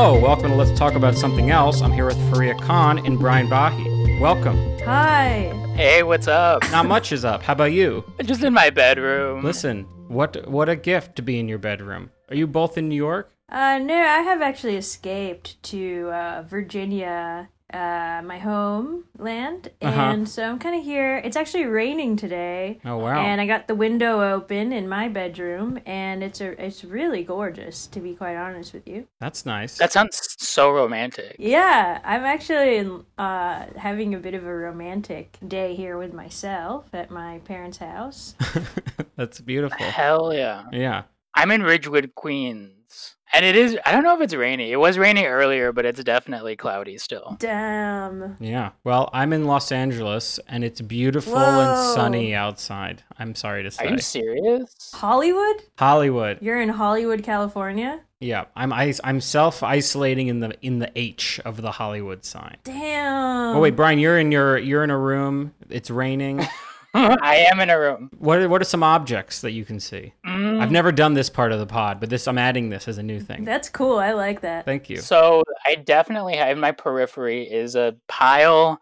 Let's Talk About Something Else. I'm here with Faria Khan and Brian Bahi. Welcome. Hi. Hey, what's up? Not much is up. How about you? I'm just in my bedroom. Listen, what what a gift to be in your bedroom. Are you both in New York? Uh, no, I have actually escaped to uh, Virginia, uh, my homeland, Uh-huh. and so I'm kind of here. It's actually raining today. Oh, wow. And I got the window open in my bedroom, and it's a it's really gorgeous, to be quite honest with you. That's nice. That sounds so romantic. Yeah, I'm actually uh, having a bit of a romantic day here with myself at my parents' house. That's beautiful. Hell yeah. Yeah. I'm in Ridgewood, Queens. And it is, I don't know if it's rainy. It was rainy earlier, but it's definitely cloudy still. Damn. Yeah. Well, I'm in Los Angeles and it's beautiful Whoa. and sunny outside. I'm sorry to Are say. you serious? Hollywood? Hollywood. You're in Hollywood, California? Yeah. I'm is- I'm self-isolating in the in the H of the Hollywood sign. Damn. Oh wait, Brian, you're in your you're in a room. It's raining. Uh-huh. I am in a room. what are, what are some objects that you can see? Mm. I've never done this part of the pod, but this I'm adding this as a new thing. That's cool. I like that. Thank you. So I definitely have in my periphery is a pile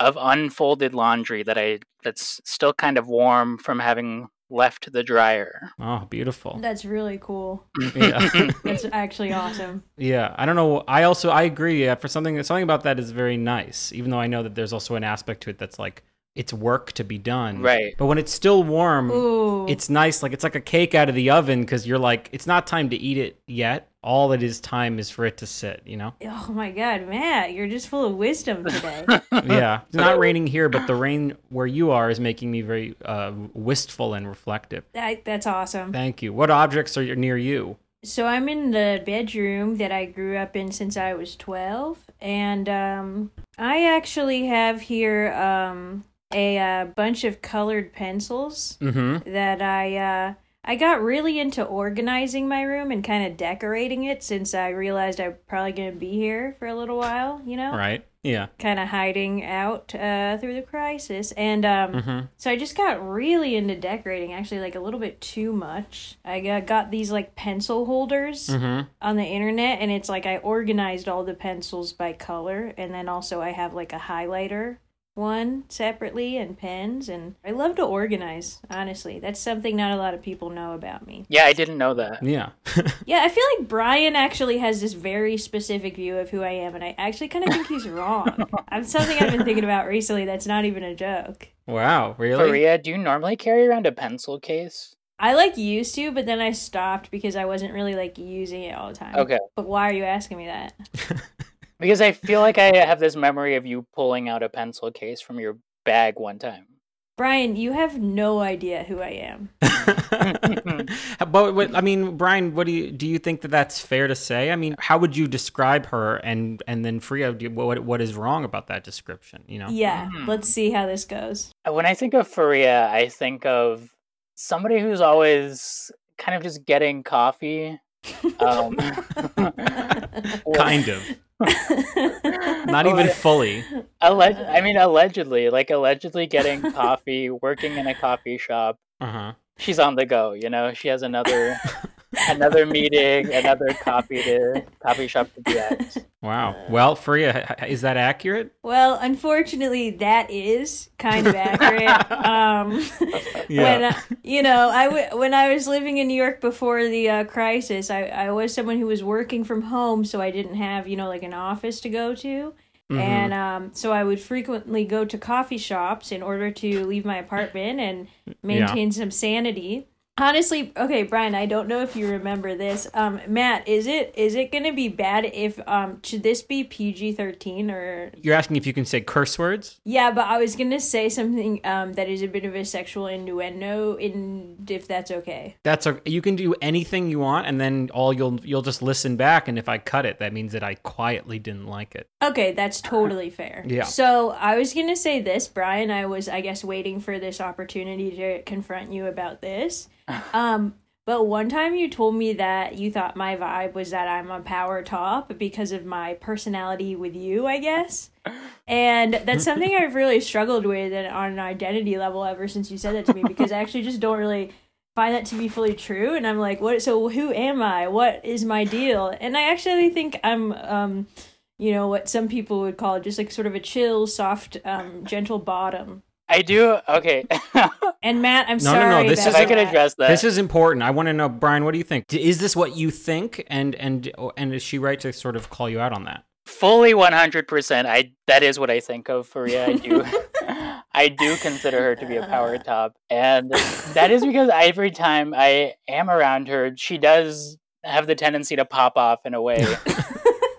of unfolded laundry that I, that's still kind of warm from having left the dryer. Oh, beautiful. That's really cool. Yeah. That's actually awesome. yeah. I don't know. I also I agree. Yeah, for something something about that is very nice, even though I know that there's also an aspect to it that's like it's work to be done. Right. But when it's still warm, Ooh. Hmm. it's nice. Like it's like a cake out of the oven because you're like it's not time to eat it yet. All that is time is for it to sit. You know. Oh my god, Matt, you're just full of wisdom today. yeah. It's not raining here, but the rain where you are is making me very uh, wistful and reflective. that, that's awesome. Thank you. What objects are near you? So I'm in the bedroom that I grew up in since I was 12 and um I actually have here um a uh, bunch of colored pencils Mm-hmm. that I uh I got really into organizing my room and kind of decorating it since I realized I'm probably going to be here for a little while, you know? Right. Yeah. kind of hiding out uh, through the crisis. And um, Mhm. so I just got really into decorating, actually, like a little bit too much. I got, got these like pencil holders Mm-hmm. on the internet, and it's like I organized all the pencils by color, and then also I have like a highlighter one separately and pens and I love to organize honestly that's something not a lot of people know about me. Yeah, I didn't know that. Yeah. Yeah, I feel like Brian actually has this very specific view of who I am, and I actually kind of think he's wrong. I'm something I've been thinking about recently that's not even a joke. wow. Really? Maria, do you normally carry around a pencil case? I like used to, but then I stopped because I wasn't really like using it all the time. Okay. But why are you asking me that? Because I feel like I have this memory of you pulling out a pencil case from your bag one time. Brian, you have no idea who I am. but what, I mean, Brian, what do you do? You think that that's fair to say? I mean, how would you describe her? And and then Freya, do you- what what is wrong about that description? You know? Yeah, Mhm. let's see how this goes. Uh, When I think of Faria, I think of somebody who's always kind of just getting coffee. Um, or- Kind of. Not even fully. Alleg- I mean, allegedly, like allegedly getting coffee, working in a coffee shop. Uh huh. She's on the go, you know. She has another another meeting, another coffee to coffee shop to be at. Wow. Well, Freya, h- h- is that accurate? Well, unfortunately, that is kind of accurate. um, when I, you know, I w- when I was living in New York before the uh, crisis, I I was someone who was working from home, so I didn't have you know like an office to go to, Mhm. and um, so I would frequently go to coffee shops in order to leave my apartment and maintain some sanity. Honestly, okay, Brian, I don't know if you remember this. Um, Matt, is it is it gonna be bad if um should this be PG thirteen or You're asking if you can say curse words? yeah, but I was gonna say something um, that is a bit of a sexual innuendo, in if that's okay. That's a you can do anything you want, and then all you'll you'll just listen back. And if I cut it, that means that I quietly didn't like it. Okay, that's totally fair. Yeah. So I was gonna say this, Brian. I was, I guess, waiting for this opportunity to confront you about this. Um, but one time you told me that you thought my vibe was that I'm a power top because of my personality with you, I guess. And that's something I've really struggled with and on an identity level ever since you said that to me because I actually just don't really find that to be fully true and i'm like what so who am i what is my deal and i actually think i'm um you know what some people would call just like sort of a chill soft um gentle bottom I do. Okay. and matt i'm No, no, no, sorry this about if I could that. address that. This is important. I want to know, Brian. What do you think? D- Is this what you think? And and and is she right to sort of call you out on that? fully 100% i that is what i think of faria i do i do consider her to be a power top and Oh, that is because every time i am around her she does have the tendency to pop off in a way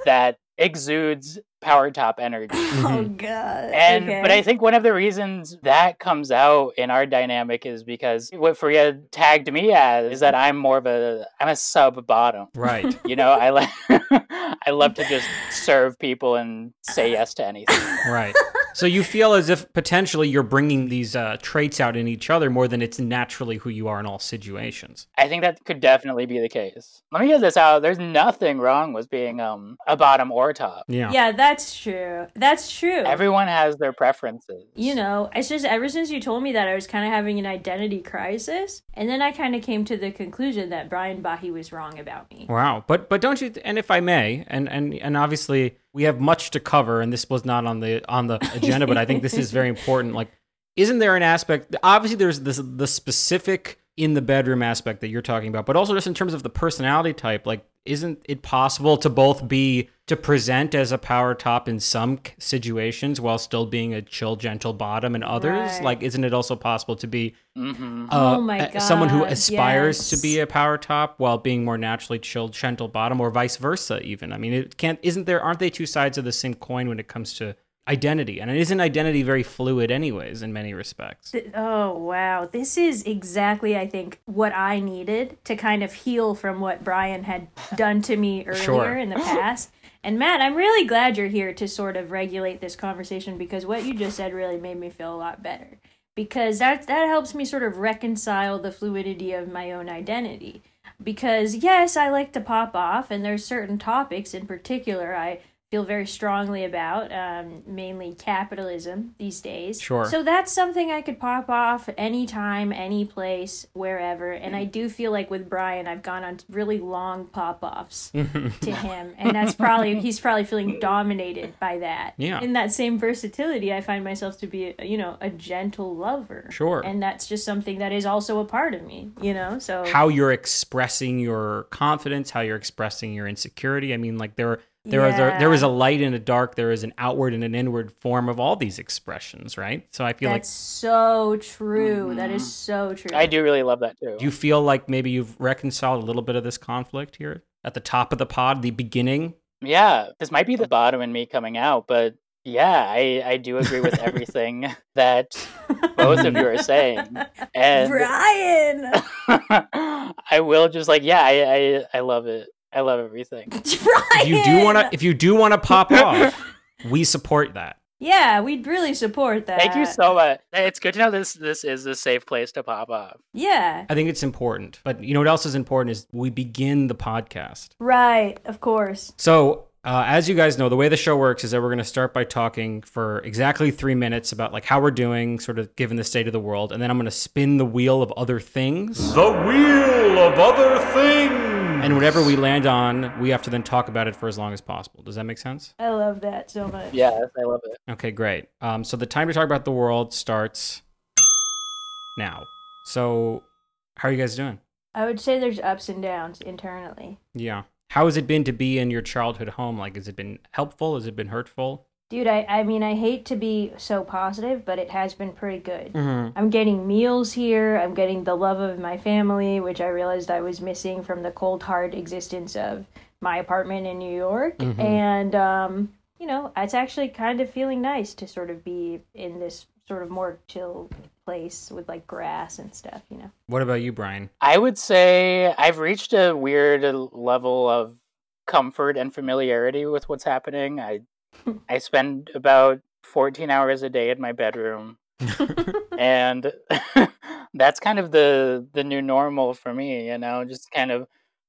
that exudes power top energy oh Mhm. god and but okay. I think one of the reasons that comes out in our dynamic is because what Faria tagged me as is that I'm more of a I'm a sub bottom. Right. You know, I like I love to just serve people and say yes to anything. right. So you feel as if potentially you're bringing these uh, traits out in each other more than it's naturally who you are in all situations. I think that could definitely be the case. Let me get this out. There's nothing wrong with being um a bottom or top. Yeah. yeah that's true that's true Everyone has their preferences. you know, it's just ever since you told me that, I was kind of having an identity crisis. And then I kind of came to the conclusion that Brian Bahi was wrong about me. Wow. But but don't you? And if I may, and and and obviously we have much to cover, and this was not on the on the agenda, but I think this is very important. Like, isn't there an aspect? Obviously, there's this the specific in the bedroom aspect that you're talking about, but also just in terms of the personality type, like. Isn't it possible to both be to present as a power top in some c- situations while still being a chill, gentle bottom in others? Right. Like, isn't it also possible to be hmm uh, Oh my a- someone who God, aspires to be yes. a power top while being more naturally chilled gentle bottom or vice versa even i mean it can't isn't there aren't they two sides of the same coin when it comes to identity and isn't identity very fluid anyways in many respects Th- Oh, wow. This is exactly, I think, what I needed to kind of heal from what Brian had done to me earlier Sure. in the past. And Matt, I'm really glad you're here to sort of regulate this conversation because what you just said really made me feel a lot better. Because that that helps me sort of reconcile the fluidity of my own identity. Because yes, I like to pop off, and there's certain topics in particular I feel very strongly about, um, mainly capitalism these days. Sure. So that's something I could pop off anytime, any place, wherever. And I do feel like with Brian, I've gone on really long pop offs to him, and that's probably he's probably feeling dominated by that. Yeah. In that same versatility, I find myself to be, you know, a gentle lover. Sure. And that's just something that is also a part of me, you know. So how you're expressing your confidence how you're expressing your insecurity i mean like there there are there, there is a light and a dark there is an outward and an inward form of all these expressions right so i feel like Mm. that's so true. That is so true. I do really love that too. Do you feel like maybe you've reconciled a little bit of this conflict here at the top of the pod, the beginning? Yeah, this might be the bottom in me coming out, but yeah, I, I do agree with everything that both of you are saying. And Brian. I will just like, yeah, I, I, I love it. I love everything. If you do want to, if you do want to pop off, we support that. Yeah, we'd really support that. Thank you so much. It's good to know this this is a safe place to pop up. Yeah. I think it's important. But you know what else is important is we begin the podcast. Right, of course. So, uh, as you guys know, the way the show works is that we're going to start by talking for exactly three minutes about like how we're doing, sort of given the state of the world, and then I'm going to spin the wheel of other things. The wheel of other things. And whatever we land on, we have to then talk about it for as long as possible. Does that make sense? I love that so much. Yes, I love it. Okay, great. Um, so the time to talk about the world starts now. So, how are you guys doing? I would say there's ups and downs internally. Yeah. How has it been to be in your childhood home? Like, has it been helpful? Has it been hurtful? Dude, I, I mean, I hate to be so positive, but it has been pretty good. Mm-hmm. I'm getting meals here. I'm getting the love of my family, which I realized I was missing from the cold, hard existence of my apartment in New York. Mhm. And, um, you know, it's actually kind of feeling nice to sort of be in this sort of more chill place with like grass and stuff, you know? What about you, Brian? I would say I've reached a weird level of comfort and familiarity with what's happening. I I spend about 14 hours a day in my bedroom and that's kind of the the new normal for me, you know, just kind of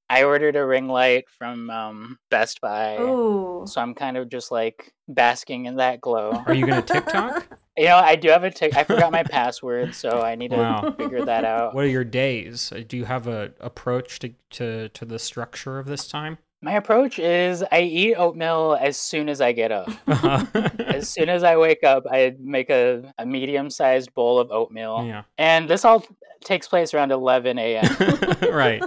I ordered a ring light from um, Best Buy. Ooh. So I'm kind of just like basking in that glow. Are you going to TikTok? You know, I do have a tick. I forgot my password, so I need to Wow. figure that out. What are your days? Uh, Do you have a approach to, to, to the structure of this time? My approach is I eat oatmeal as soon as I get up. yeah. As soon as I wake up, I make a, a medium sized bowl of oatmeal. And this all takes place around 11 a.m. right.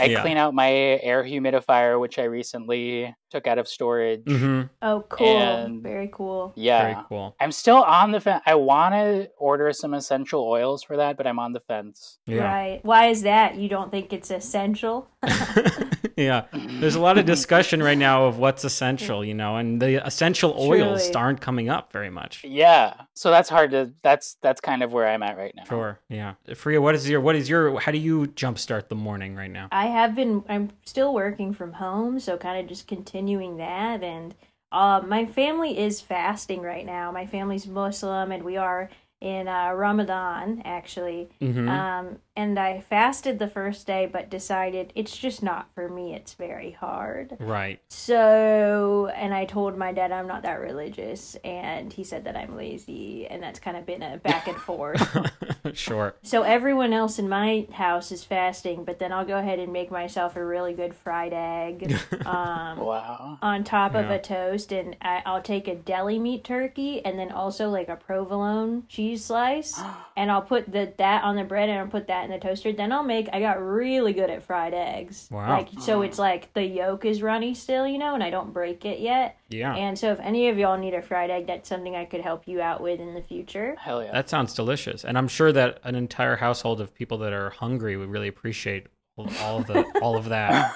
I Yeah. clean out my air humidifier, which I recently took out of storage. hmm Oh, cool. And- Very cool. Yeah. Very cool. I'm still on the fence. I want to order some essential oils for that, but I'm on the fence. Yeah. Right. Why is that? You don't think it's essential? yeah. There's a lot of discussion right now of what's essential, you know, and the essential oils Truly. aren't coming up very much. Yeah. So that's hard to that's that's kind of where I'm at right now. Sure. Yeah. Freya, what is your what is your how do you jumpstart the morning right now? I have been. I'm still working from home, so kind of just continuing that. And uh, my family is fasting right now. My family's Muslim, and we are in uh, Ramadan actually. hmm Um, and I fasted the first day, but decided it's just not for me. It's very hard. right. So, and I told my dad I'm not that religious, and he said that I'm lazy, and that's kind of been a back and forth. sure. So everyone else in my house is fasting, but then I'll go ahead and make myself a really good fried egg um, Wow. on top of Yeah. a toast, and I, I'll take a deli meat turkey and then also like a provolone cheese slice, and I'll put the that on the bread and I'll put that in the toaster. Then I'll make. I got really good at fried eggs. Wow. Like so, it's like the yolk is runny still, you know, and I don't break it yet. Yeah. And so, if any of y'all need a fried egg, that's something I could help you out with in the future. Hell yeah. That sounds delicious, and I'm sure that an entire household of people that are hungry would really appreciate all all of the all of that.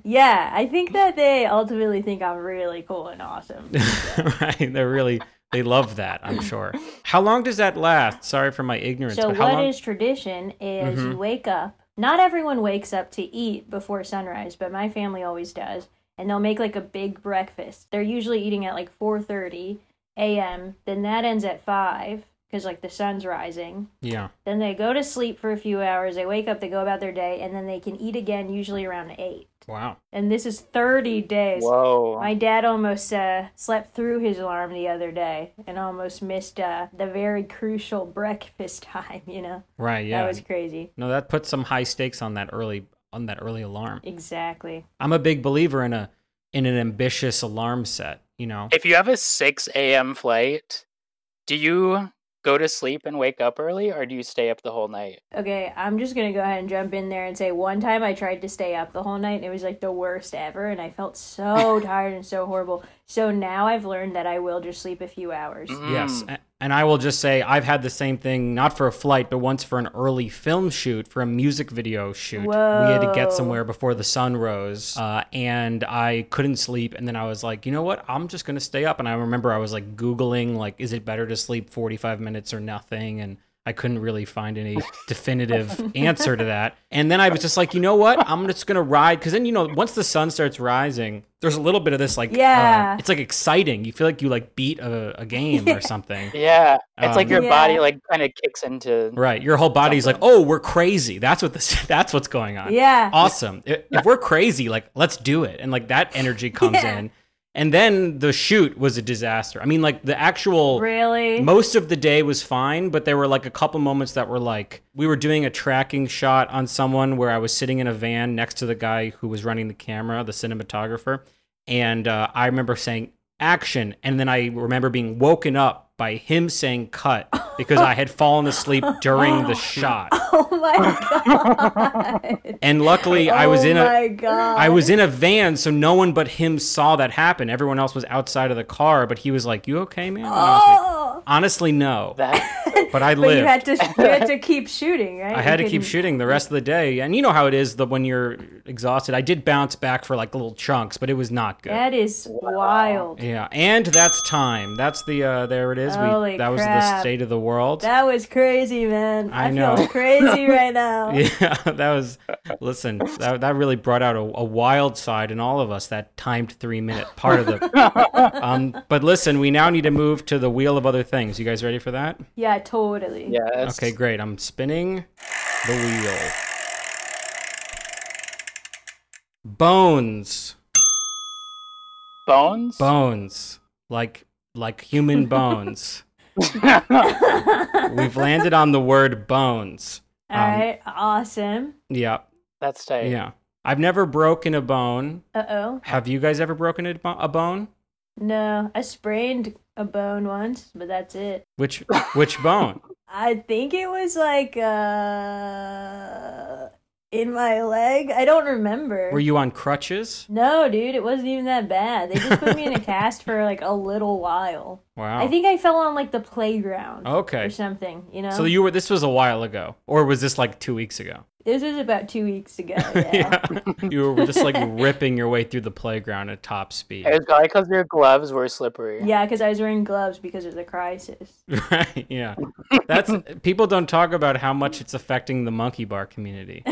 Yeah, I think that they ultimately think I'm really cool and awesome. right? They're really they love that. I'm sure. How long does that last? Sorry for my ignorance. so, but how what long? is tradition is Mhm. you wake up. Not everyone wakes up to eat before sunrise, but my family always does, and they'll make like a big breakfast. They're usually eating at like 4:30 a.m. Then that ends at 5 because like the sun's rising. yeah. Then they go to sleep for a few hours. They wake up, they go about their day, and then they can eat again usually around 8. Wow. And this is 30 days. Whoa. My dad almost uh, slept through his alarm the other day and almost missed uh, the very crucial breakfast time. You know, Right. Yeah. that was crazy. No, that puts some high stakes on that early on that early alarm. Exactly. I'm a big believer in a in an ambitious alarm set. You know. If you have a 6 a.m. flight, do you go to sleep and wake up early or do you stay up the whole night? Okay, I'm just gonna go ahead and jump in there and say one time I tried to stay up the whole night and it was like the worst ever, and I felt so tired and so horrible. So now I've learned that I will just sleep a few hours. Yes. Mm. a- And I will just say I've had the same thing, not for a flight, but once for an early film shoot, for a music video shoot. We had to Whoa. get somewhere before the sun rose. Uh, and I couldn't sleep. And then I was like, you know what? I'm just going to stay up. And I remember I was like Googling, like, is it better to sleep 45 minutes or nothing? And I couldn't really find any definitive answer to that. And then I was just like, you know what? I'm just going to ride. Because then, you know, once the sun starts rising, there's a little bit of this like, uh, Yeah. it's like exciting. You feel like you like beat a, a game or something. Yeah. It's like Um, your Yeah. body like kind of kicks into Right. Your whole body's like, oh, we're crazy. That's what this. That's what's going on. Yeah. Awesome. I- If we're crazy, like, let's do it. And like that energy comes Yeah. in. And then the shoot was a disaster. I mean, like the actual. Really? Most of the day was fine, but there were like a couple moments that were like we were doing a tracking shot on someone where I was sitting in a van next to the guy who was running the camera, the cinematographer, and uh, I remember saying action, and then I remember being woken up by him saying cut because I had fallen asleep during the shot. oh my god. And luckily, I was oh in a my god. I was in a van, so no one but him saw that happen. Everyone else was outside of the car, but he was like, "You okay, man?" And I was like, Oh. Honestly, no. that. But I But lived. you had to you had to keep shooting, right? I You had to keep couldn't- shooting the rest of the day, and you know how it is that when you're exhausted. I did bounce back for like little chunks, but it was not good. That is wild. yeah, and that's time. That's the uh, there it is. Holy that was the crap. state of the world. That was crazy, man. I I, know. feel crazy right now. yeah, that was. Listen, that, that really brought out a, a wild side in all of us. That timed three minute part of the. um, but listen, we now need to move to the wheel of other things. You guys ready for that? Yeah, totally. Yes. Okay, great. I'm spinning the wheel. Bones. Bones? Bones. Like like human bones. All We've landed on the word bones. All right, awesome. Yeah, That's tight. yeah. I've never broken a bone. Uh oh. Have you guys ever broken a, bo- a bone? No, I sprained a bone once, but that's it. Which which bone? I think it was like uh in my leg. I don't remember. Were you on crutches? No, dude, it wasn't even that bad. They just put me in a cast for like a little while. Wow. I think I fell on like the playground or Oh. okay. something, you know? So you were. This was a while ago, or was this like two weeks ago? this was about two weeks ago. Yeah. you were just like ripping your way through the playground at top speed. It was probably because your gloves were slippery. Yeah, because I was wearing gloves because of the crisis. Right. Yeah. That's people don't talk about how much it's affecting the monkey bar community.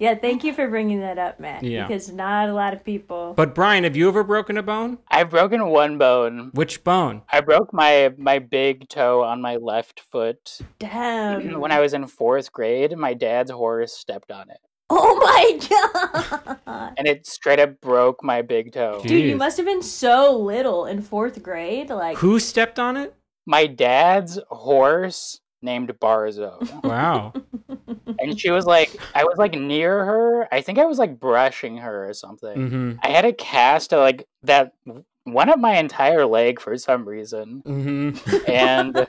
yeah, thank you for bringing that up, Matt. Yeah. Because not a lot of people. But Brian, have you ever broken a bone? I've broken one bone. Which bone? I broke my my big toe on my left foot Mm-hmm. Damn. when I was in fourth grade. My dad's horse stepped on it, oh my god. and it straight up broke my big toe. Gee. Dude, you Jeez. must have been so little in fourth grade. Like, Who stepped on it? My dad's horse named Barzo, Wow. and she was like, I was like near her. I think I was like brushing her or something. Mm-hmm. I had a cast uh, like that went up my entire leg for some reason, Mm-hmm. and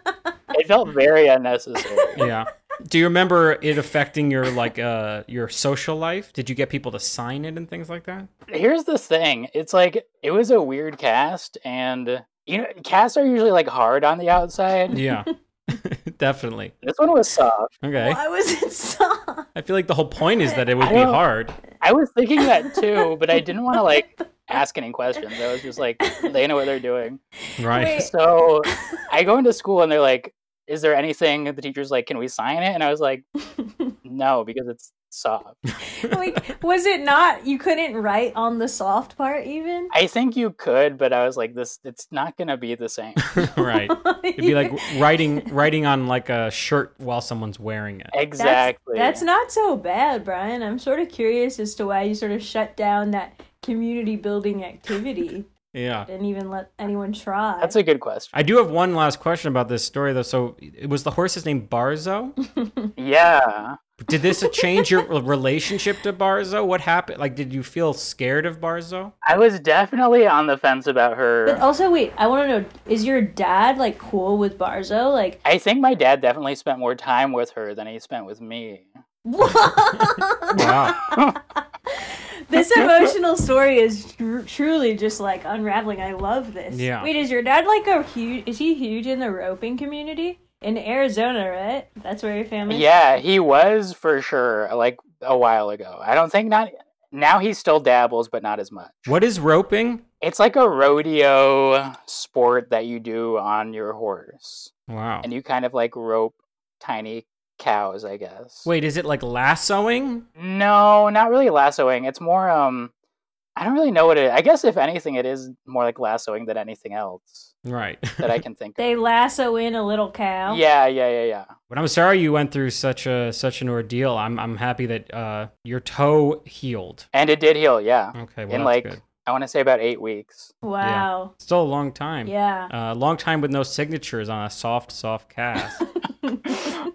it felt very unnecessary. Yeah. Do you remember it affecting your like uh your social life? Did you get people to sign it and things like that? Here's the thing: it's like it was a weird cast, and you know, casts are usually like hard on the outside. Yeah. Definitely. This one was soft. Okay. why was it soft? I feel like the whole point is that it would I be don't- hard. I was thinking that too, but I didn't want to like ask any questions. I was just like, they know what they're doing. Right. Wait. So I go into school, and they're like, "Is there anything?" The teacher's like, "Can we sign it?" And I was like, "No, because it's soft." like, was it not? You couldn't write on the soft part even? I think you could, but I was like, this it's not gonna be the same. right. It'd be like writing writing on like a shirt while someone's wearing it. exactly. That's not so bad, Brian. I'm sort of curious as to why you sort of shut down that community building activity. Yeah. Didn't even let anyone try. That's a good question. I do have one last question about this story though. So it was the horse's name Barzo? Mm-hmm. Yeah. Did this change your relationship to Barzo? What happened? Like did you feel scared of Barzo? I was definitely on the fence about but oh her. also, wait, I want to know is your dad like cool with Barzo? Like, I think my dad definitely spent more time with her than he spent with me. what? Wow. this emotional story is tr- truly just like unraveling. I love this. Yeah. Wait, is your dad like a huge? Is he huge in the roping community in Arizona? Right? That's where your family. Yeah, he was for sure, like a while ago. I don't think not now he still dabbles, but not as much. What is roping? It's like a rodeo sport that you do on your horse. Wow. And you kind of like rope tiny cows, I guess. Wait, is it like lassoing? No, not really lassoing. It's more um I don't really know what it I guess if anything it is more like lassoing than anything else Right. that I can think of. They lasso in a little cow. Yeah, yeah, yeah, yeah. But I'm sorry you went through such a such an ordeal. I'm I'm happy that uh your toe healed. And it did heal, yeah. Okay, Mm, well In that's like good. I want to say about 8 weeks. Wow. Still a long time. Yeah. A long time with no signatures on a soft, soft cast.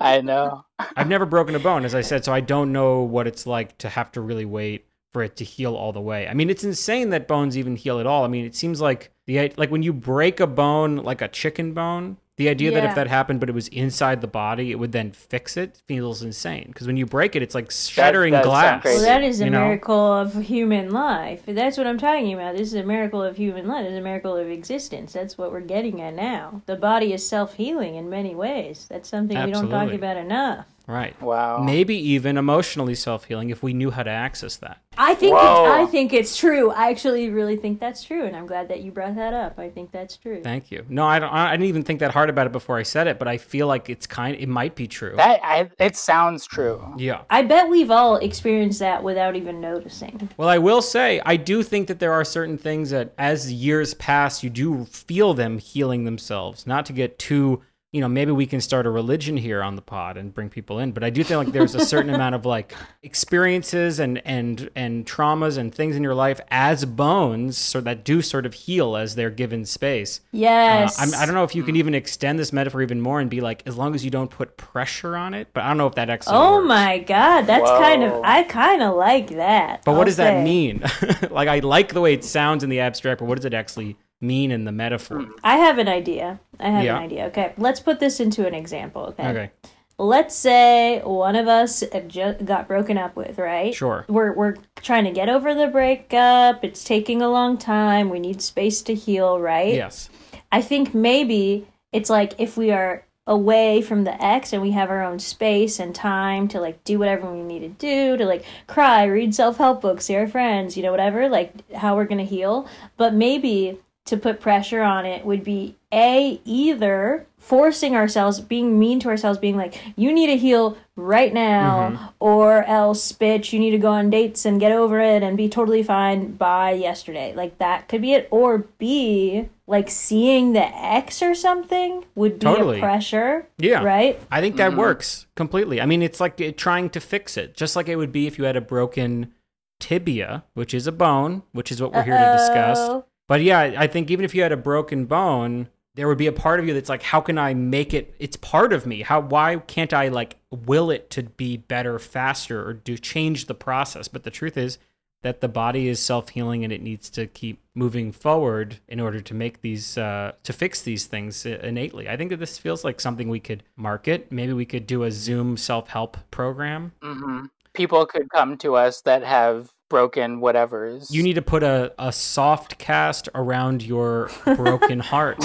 I know. I've never broken a bone, as I said, so I don't know what it's like to have to really wait for it to heal all the way. I mean, it's insane that bones even heal at all. I mean, it seems like the like when you break a bone, like a chicken bone, the idea that Yeah. if that happened, but it was inside the body, it would then fix it feels insane. Because when you break it, it's like shattering does sound glass. crazy. Well, that is a you know? miracle of human life. That's what I'm talking about. This is a miracle of human life. It's a miracle of existence. That's what we're getting at now. The body is self healing in many ways. That's something we don't Absolutely. talk about enough. Right. Wow. Maybe even emotionally self healing if we knew how to access that. I think it's, Whoa. I think it's true. I actually really think that's true, and I'm glad that you brought that up. I think that's true. Thank you. No, I don't. I didn't even think that hard about it before I said it, but I feel like it's kind. It might be true. That I it sounds true. yeah. I bet we've all experienced that without even noticing. Well, I will say, I do think that there are certain things that as years pass, you do feel them healing themselves. Not to get too you know, maybe we can start a religion here on the pod and bring people in. But I do think like there's a certain amount of like experiences and and and traumas and things in your life as bones, so that do sort of heal as they're given space. Uh, Yes. I'm, I don't know if you can even extend this metaphor even more and be like, as long as you don't put pressure on it. But I don't know if that actually. Oh works. my god, that's kind of Whoa. I kind of like that. But what I'll does say. that mean? like I like the way it sounds in the abstract, but what does it actually mean in the metaphor? I have an idea. I have Yeah. an idea. Okay, let's put this into an example. Okay. Okay, Let's say one of us ju- got broken up with, right? Sure. We're we're trying to get over the breakup. It's taking a long time. We need space to heal, right? yes. I think maybe it's like if we are away from the ex and we have our own space and time to like do whatever we need to do to like cry, read self-help books, see our friends, you know whatever, like how we're going to heal, but maybe to put pressure on it would be a either forcing ourselves being mean to ourselves being like you need to heal right now Mm-hmm. or else bitch you need to go on dates and get over it and be totally fine by yesterday like that could be it or b like seeing the ex or something would be Totally. a pressure Yeah. right I think that works completely. I mean, it's like it, trying to fix it, just like it would be if you had a broken tibia, which is a bone, which is what we're here to discuss. Uh-oh. But yeah, I I think even if you had a broken bone, there would be a part of you that's like, how can I make it? It's part of me. How? Why can't I like will it to be better, faster, or do change the process? But the truth is that the body is self healing and it needs to keep moving forward in order to make these uh, to fix these things i- innately. I think that this feels like something we could market. Maybe we could do a Zoom self help program. hmm People could come to us that have broken whatever's. You need to put a, a soft cast around your broken heart.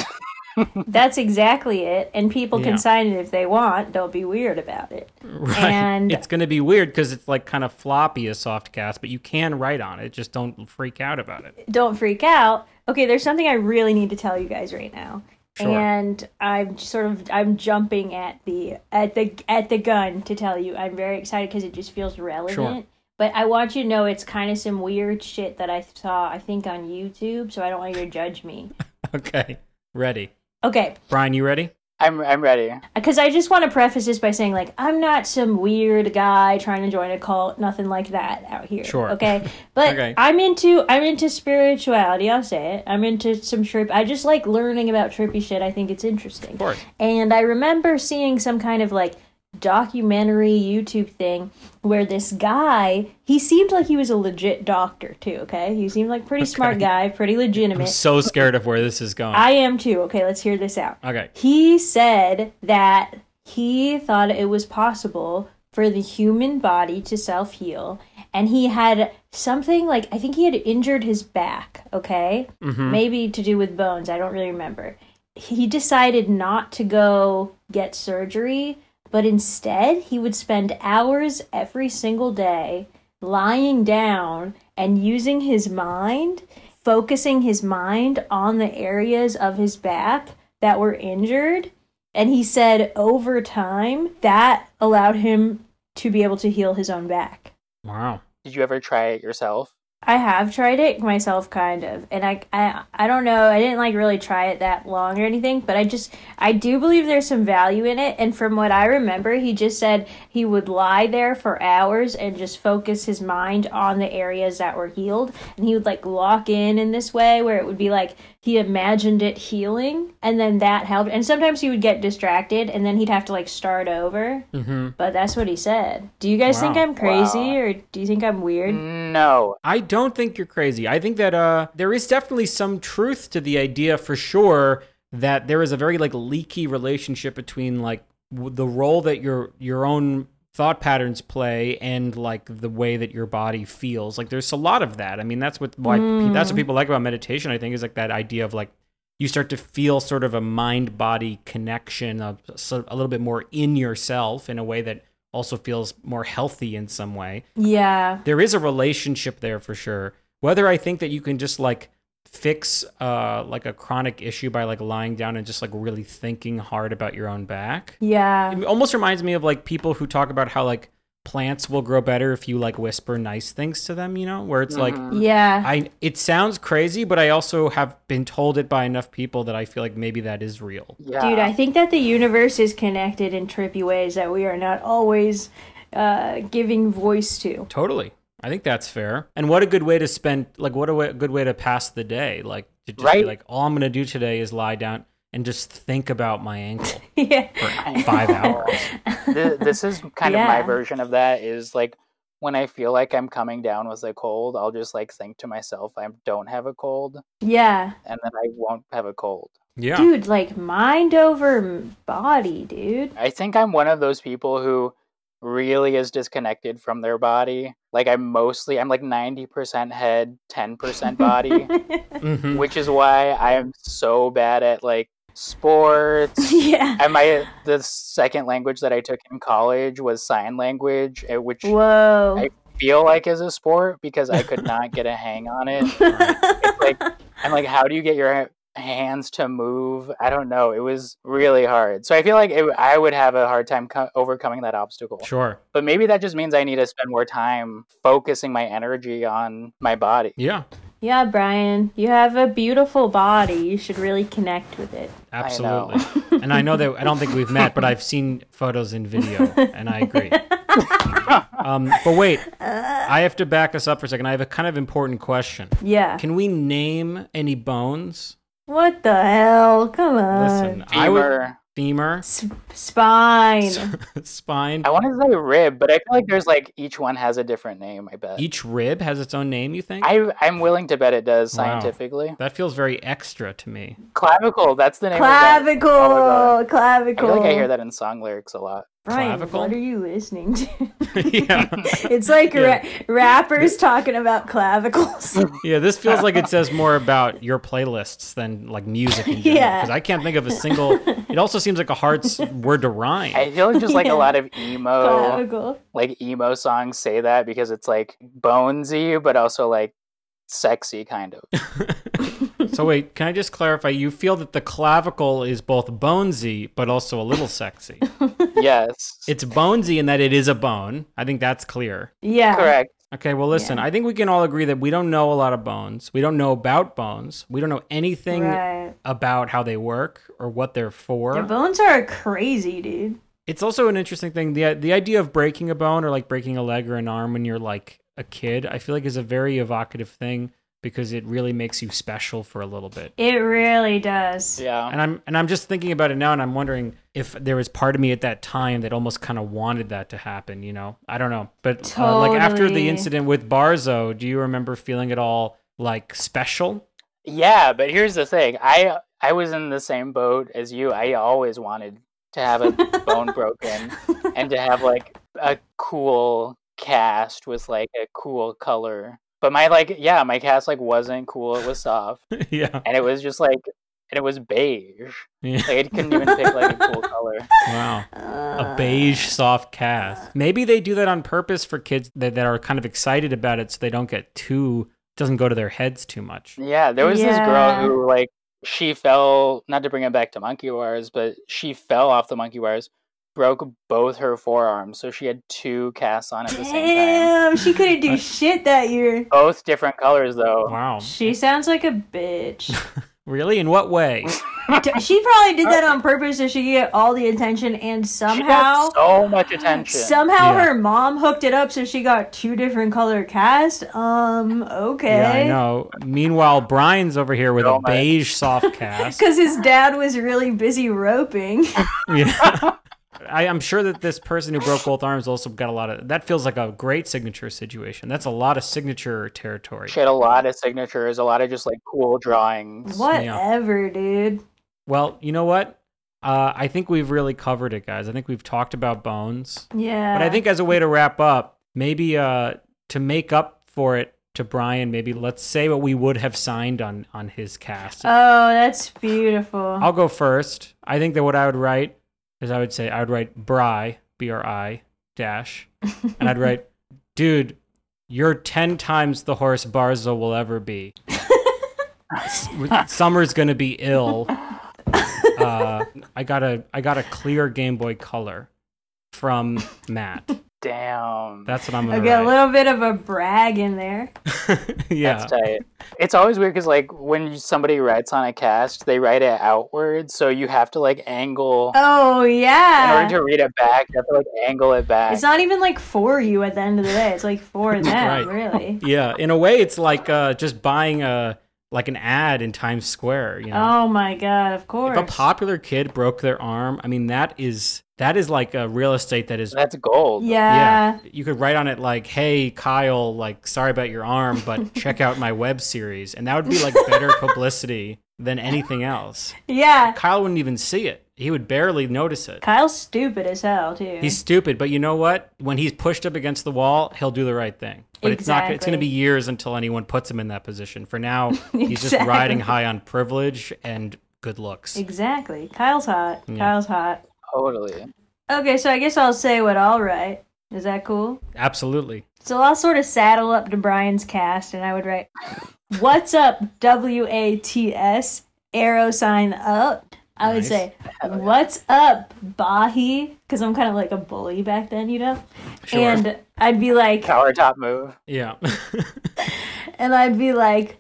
that's exactly it and people Yeah. can sign it if they want don't be weird about it Right. And- it's going to be weird because it's like kind of floppy a soft cast, but you can write on it. Just don't freak out about it. don't freak out. Okay, there's something I really need to tell you guys right now. Sure. And I'm sort of I'm jumping at the at the at the gun to tell you. I'm very excited because it just feels relevant. But I want you to know it's kind of some weird shit that I saw I think on YouTube, so I don't want you to judge me. Okay. Ready. Okay, Brian, you ready? I'm I'm ready. because I just want to preface this by saying, like, I'm not some weird guy trying to join a cult, nothing like that out here. Sure. Okay. But Okay. I'm into I'm into spirituality. I'll say it. I'm into some trip. I just like learning about trippy shit. I think it's interesting. course. And I remember seeing some kind of like documentary YouTube thing where this guy he seemed like he was a legit doctor too. Okay, he seemed like pretty smart guy, pretty I'm legitimate. so scared of where this is going. I am too. Okay, let's hear this out. okay. He said that he thought it was possible for the human body to self heal. And he had something like, I think he had injured his back, okay? Maybe to do with bones. I don't really remember. He decided not to go get surgery, but instead he would spend hours every single day lying down and using his mind, focusing his mind on the areas of his back that were injured. And he said over time, that allowed him to be able to heal his own back. Wow. Did you ever try it yourself? I have tried it myself, kind of, and I, I, I don't know. I didn't like really try it that long or anything, but I just, I do believe there's some value in it. And from what I remember, he just said he would lie there for hours and just focus his mind on the areas that were healed, and he would like lock in in this way where it would be like he imagined it healing, and then that helped. And sometimes he would get distracted, and then he'd have to like start over. hmm But that's what he said. Do you guys think Wow. I'm crazy, Wow. Mm. or do you think I'm weird? No. I don't think you're crazy. I think that uh, there is definitely some truth to the idea for sure that there is a very like leaky relationship between like w- the role that your your own thought patterns play and like the way that your body feels. Like there's a lot of that. I mean, that's what why pe- that's what people like about meditation. I think is like that idea of like you start to feel sort of a mind body connection of sort of a little bit more in yourself in a way that also feels more healthy in some way Yeah. there is a relationship there for sure. Whether I think that you can just like fix uh like a chronic issue by like lying down and just like really thinking hard about your own back. Yeah. It almost reminds me of like people who talk about how like plants will grow better if you like whisper nice things to them, you know, where it's Mm-hmm. like Mhm. Yeah. I it sounds crazy, but I also have been told it by enough people that I feel like maybe that is real. yeah. Dude, I think that the universe is connected in trippy ways that we are not always uh, giving voice to. Totally. I think that's fair. And what a good way to spend like what a way, good way to pass the day. Like to just be Right. like all I'm going to do today is lie down and just think about my ankle yeah. for I 5 know. hours. Th- this is kind of my Yeah. version of that is like when I feel like I'm coming down with a cold, I'll just like think to myself, I don't have a cold, Yeah. and then I won't have a cold. Yeah. Dude, like mind over m- body, dude. I think I'm one of those people who really is disconnected from their body. Like I'm mostly I'm like 90% head, 10% body, Mhm. which is why I am so bad at like sports. yeah. And my the second language that I took in college was sign language, eh, which Whoa. I feel like is a sport because I could not get a hang on it. It's like I'm like, how do you get your hands to move? I don't know. It was really hard. So I feel like it, I would have a hard time co- overcoming that obstacle. Sure. But maybe that just means I need to spend more time focusing my energy on my body. Yeah. yeah, Brian, you have a beautiful body. You should really connect with it. Absolutely. and I know that I don't think we've met, but I've seen photos and video, and I agree. um, but wait, I have to back us up for a second. I have a kind of important question. Yeah. Can we name any bones? What the hell? Come on. Listen, I would Femur. femur, S- spine. spine. I, want to say rib, but I feel like there's like each one has a different name. I bet. Each rib has its own name. You think? I I'm willing to bet it does Wow. scientifically. that feels very extra to me. Clavicle. That's the name. clavicle. Of that. Oh my God. I clavicle. feel like I hear that in song lyrics a lot. Brian, Clavicle? what are you listening to? yeah, it's like Yeah. ra- rappers talking about clavicles. yeah. This feels like it says more about your playlists than like music. In general, Yeah. because I can't think of a single. It also seems like a hard s- word to rhyme. I feel like just like Yeah. a lot of emo. clavicle. like emo songs say that because it's like bonesy but also like sexy kind of So wait, can I just clarify? You feel that the clavicle is both bonesy but also a little sexy. yes It's bonesy in that it is a bone. I think that's clear. Yeah. correct Okay, well listen, Yeah. I think we can all agree that we don't know a lot of bones. We don't know about bones. We don't know anything Right. about how they work or what they're for. Your bones are crazy, dude. it's also an interesting thing. The the idea of breaking a bone or like breaking a leg or an arm when you're like a kid, I feel like is a very evocative thing because it really makes you special for a little bit. It really does. yeah And I'm and I'm just thinking about it now, and I'm wondering if there was part of me at that time that almost kind of wanted that to happen. You know, I don't know, but uh, like after the Totally. incident with Barzo, do you remember feeling at all like special? yeah but here's the thing i i was in the same boat as you i always wanted to have a bone broken and to have like a cool cast with like a cool color but my like yeah my cast like wasn't cool it was soft yeah. and it was just like and it was beige Yeah. like it couldn't even pick like a cool color Wow. Uh, A beige soft cast. Maybe they do that on purpose for kids that, that are kind of excited about it, so they don't get too doesn't go to their heads too much. Yeah, there was this Yeah. girl who like she fell not to bring it back to monkey bars, but she fell off the monkey bars, broke both her forearms, so she had two casts on at the same time. Damn, she couldn't do shit that year. Both different colors though. Wow. She sounds like a bitch. Really? In what way? D- she probably did that on purpose so she could get all the attention and She got somehow so much attention. somehow Yeah. her mom hooked it up so she got two different color cast. Um, okay. Yeah, I know. Meanwhile, Brian's over here with Oh a my- beige soft cast. Because his dad was really busy roping. Yeah. I, I'm sure that this person who broke both arms also got a lot of. That feels like a great signature situation. That's a lot of signature territory. she had a lot of signatures, a lot of just like cool drawings. Whatever, dude. Well, you know what? Uh, I think we've really covered it, guys. I think we've talked about bones, Yeah. but I think as a way to wrap up, maybe uh, to make up for it to Brian, maybe let's say what we would have signed on on his cast. Oh, that's beautiful. I'll go first. I think that what I would write is I would say I would write Bri B R I dash, and I'd write, dude, you're ten times the horse Barzo will ever be. S- Summer's gonna be ill. Uh, I got a I got a clear Game Boy Color from Matt. Damn. That's what I'm I gonna got a write. little bit of a brag in there. yeah. That's tight. It's always weird because like when you- somebody writes on a cast, they write it outward, so you have to like angle Oh in yeah. order to read it back. You have to like angle it back. It's not even like for you at the end of the day. It's like for them, Right. Oh, really. Yeah. In a way, it's like uh, just buying a like an ad in Times Square. You know. Oh my god, of course. If a popular kid broke their arm, I mean that is that is like a real estate that is That's gold. yeah. You could write on it like, "Hey Kyle, like sorry about your arm, but check out my web series." And that would be like better publicity than anything else. Yeah. Kyle wouldn't even see it. He would barely notice it. Kyle's stupid as hell too. He's stupid, but you know what? When he's pushed up against the wall, he'll do the right thing. But it's not it's going to be Exactly. years until anyone puts him in that position. For now, he's just Exactly. riding high on privilege and good looks. exactly. Kyle's hot. Yeah. Kyle's hot. Totally. Okay, so I guess I'll say what I'll write. Is that cool? Absolutely. So I'll sort of saddle up to Brian's cast and I would write What's up, W A T S, arrow sign up. I would Nice. say, What's up, Bahi? Because I'm kind of like a bully back then, you know? Sure. And I'd be like, Power top move. yeah. and I'd be like,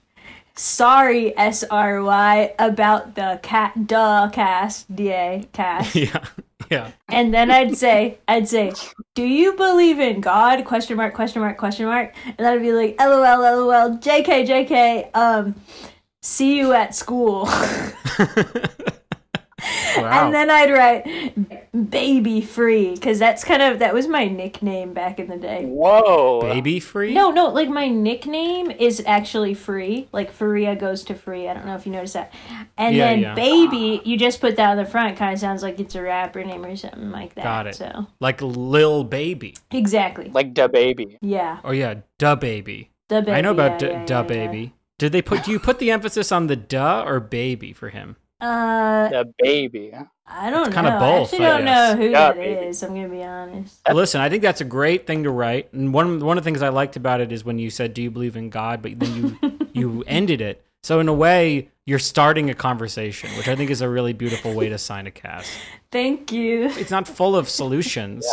Sorry, S R Y, about the cat, duh, cast, D A, cast. yeah. Yeah. and then I'd say, I'd say, "Do you believe in God?" Question mark, question mark, question mark, and then I'd be like, "LOL, LOL, JK, JK." Um, see you at school, Wow. and then I'd write "baby free" because that's kind of that was my nickname back in the day. Whoa. Baby free? No, no, like my nickname is actually free. Like Faria goes to free. I don't know if you noticed that. And Yeah, then yeah. baby, you just put that on the front. Kind of sounds like it's a rapper name or something like that. Got it. So Like Lil Baby. exactly, Like da baby. yeah. Oh yeah, Duh Baby. The baby. I know about yeah, D- yeah, Duh yeah, yeah. Baby. Did they put do you put the emphasis on the duh or baby for him? Uh, Da baby. I don't kinda know. I both, actually I don't guess. know who Yeah, that maybe. is. I'm gonna be honest. Listen, I think that's a great thing to write. And one one of the things I liked about it is when you said, "Do you believe in God?" But then you you ended it. So in a way, you're starting a conversation, which I think is a really beautiful way to sign a cast. Thank you. It's not full of solutions.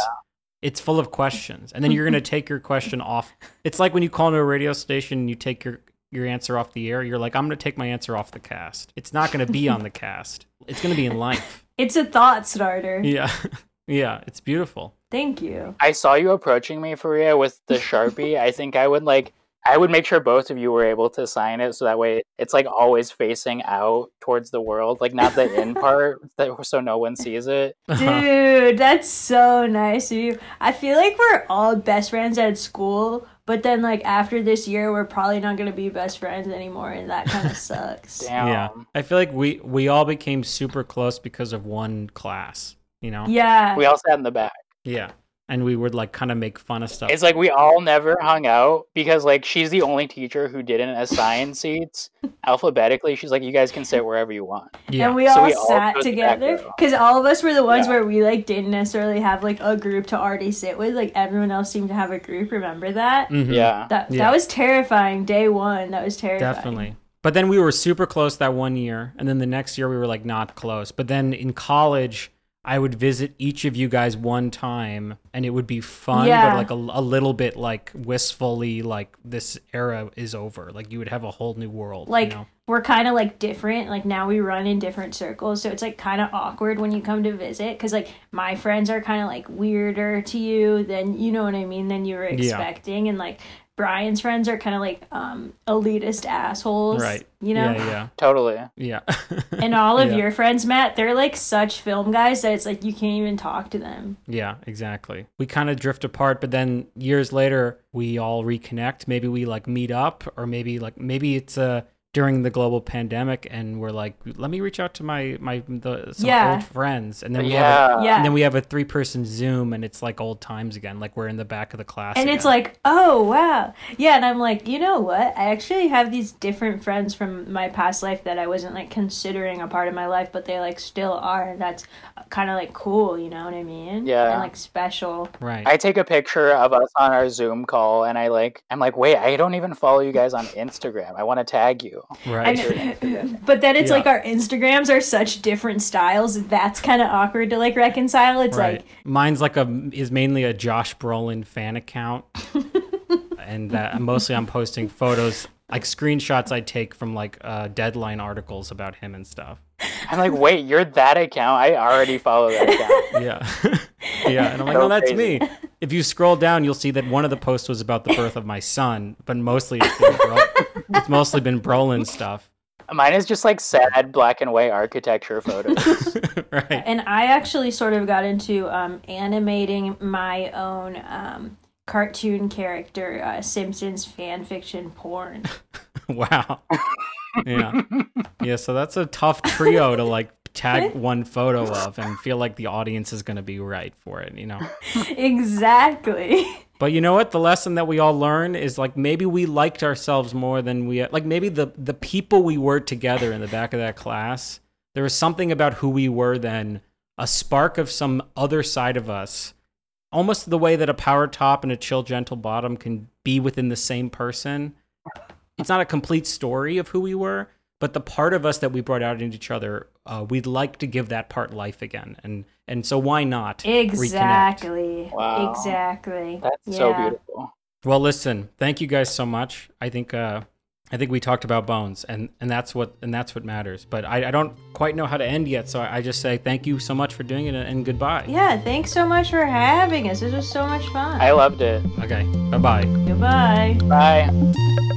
It's full of questions, and then you're gonna take your question off. It's like when you call into a radio station and you take your your answer off the air. You're like, "I'm gonna take my answer off the cast." It's not gonna be on the cast. It's gonna be in life. It's a thought starter. Yeah, yeah. It's beautiful. Thank you. I saw you approaching me, Faria, with the Sharpie. I think I would like I would make sure both of you were able to sign it so that way it's like always facing out towards the world, like not the in part that so no one sees it. Uh-huh. Dude, that's so nice of you. I feel like we're all best friends at school, but then like after this year we're probably not gonna be best friends anymore and that kinda sucks. Damn. Yeah. Um, I feel like we we all became super close because of one class, you know? Yeah. We all sat in the back. Yeah. And we would like kind of make fun of stuff. It's like we all never hung out because like she's the only teacher who didn't assign seats alphabetically. She's like, you guys can sit wherever you want. yeah. And we So all we all sat chose the back together row. because all of us were the ones Yeah. where we like didn't necessarily have like a group to already sit with. Like everyone else seemed to have a group. Remember that? Mhm. Yeah. That Yeah. that was terrifying. Day one, that was terrifying. Definitely. But then we were super close that one year. And then the next year we were like not close. But then in college, I would visit each of you guys one time and it would be fun, Yeah. but like a, a little bit like wistfully, like this era is over. Like you would have a whole new world. Like you know? we're kind of like different. Like now we run in different circles, so it's like kind of awkward when you come to visit because like my friends are kind of like weirder to you than you know what I mean than you were expecting, and like Brian's friends are kind of like um elitist assholes, right. You know. Yeah. Totally. Yeah. Yeah. And all of Yeah. your friends, Matt, they're like such film guys that it's like you can't even talk to them. Yeah, exactly. We kind of drift apart, but then years later, we all reconnect. Maybe we like meet up, or maybe like maybe it's uh during the global pandemic, and we're like, let me reach out to my my the, some Yeah. old friends, and then we have a, Yeah. yeah. and then we have a three person Zoom, and it's like old times again. Like we're in the back of the class, and it's again. like oh wow yeah and i'm like you know what i actually have these different friends from my past life that i wasn't like considering a part of my life but they like still are and that's kind of like cool you know what i mean Yeah. and like special right. I take a picture of us on our Zoom call and I like I'm like, wait, I don't even follow you guys on Instagram. I want to tag you. you. I Right. know. but then it's Yeah. like our Instagrams are such different styles. That's kind of awkward to like reconcile. It's right. like Mine's like a is mainly a Josh Brolin fan account, and that mostly I'm posting photos like screenshots I take from like uh, deadline articles about him and stuff. I'm like, wait, you're that account? I already follow that account. Yeah, yeah, and I'm like, So oh, that's crazy. me. If you scroll down, you'll see that one of the posts was about the birth of my son, but mostly it's, been Bro- it's mostly been Brolin stuff, Mine is just like sad black and white architecture photos. right? And I actually sort of got into um, animating my own um, cartoon character, uh, Simpsons fan fiction porn. Wow. Yeah, yeah. So that's a tough trio to like tag one photo of and feel like the audience is going to be right for it, you know. exactly. But you know what? The lesson that we all learn is like maybe we liked ourselves more than we like. Maybe the the people we were together in the back of that class, there was something about who we were then, a spark of some other side of us, almost the way that a power top and a chill gentle bottom can be within the same person. It's not a complete story of who we were, but the part of us that we brought out in each other, uh, we'd like to give that part life again, and and so why not? reconnect? Exactly. Wow. Exactly. That's so Yeah. beautiful. Well, listen, thank you guys so much. I think uh, I think we talked about bones, and and that's what and that's what matters. But I, I don't quite know how to end yet, so I, I just say thank you so much for doing it, and, and goodbye. Yeah, thanks so much for having us. This was so much fun. I loved it. Okay, bye bye. Goodbye. Bye.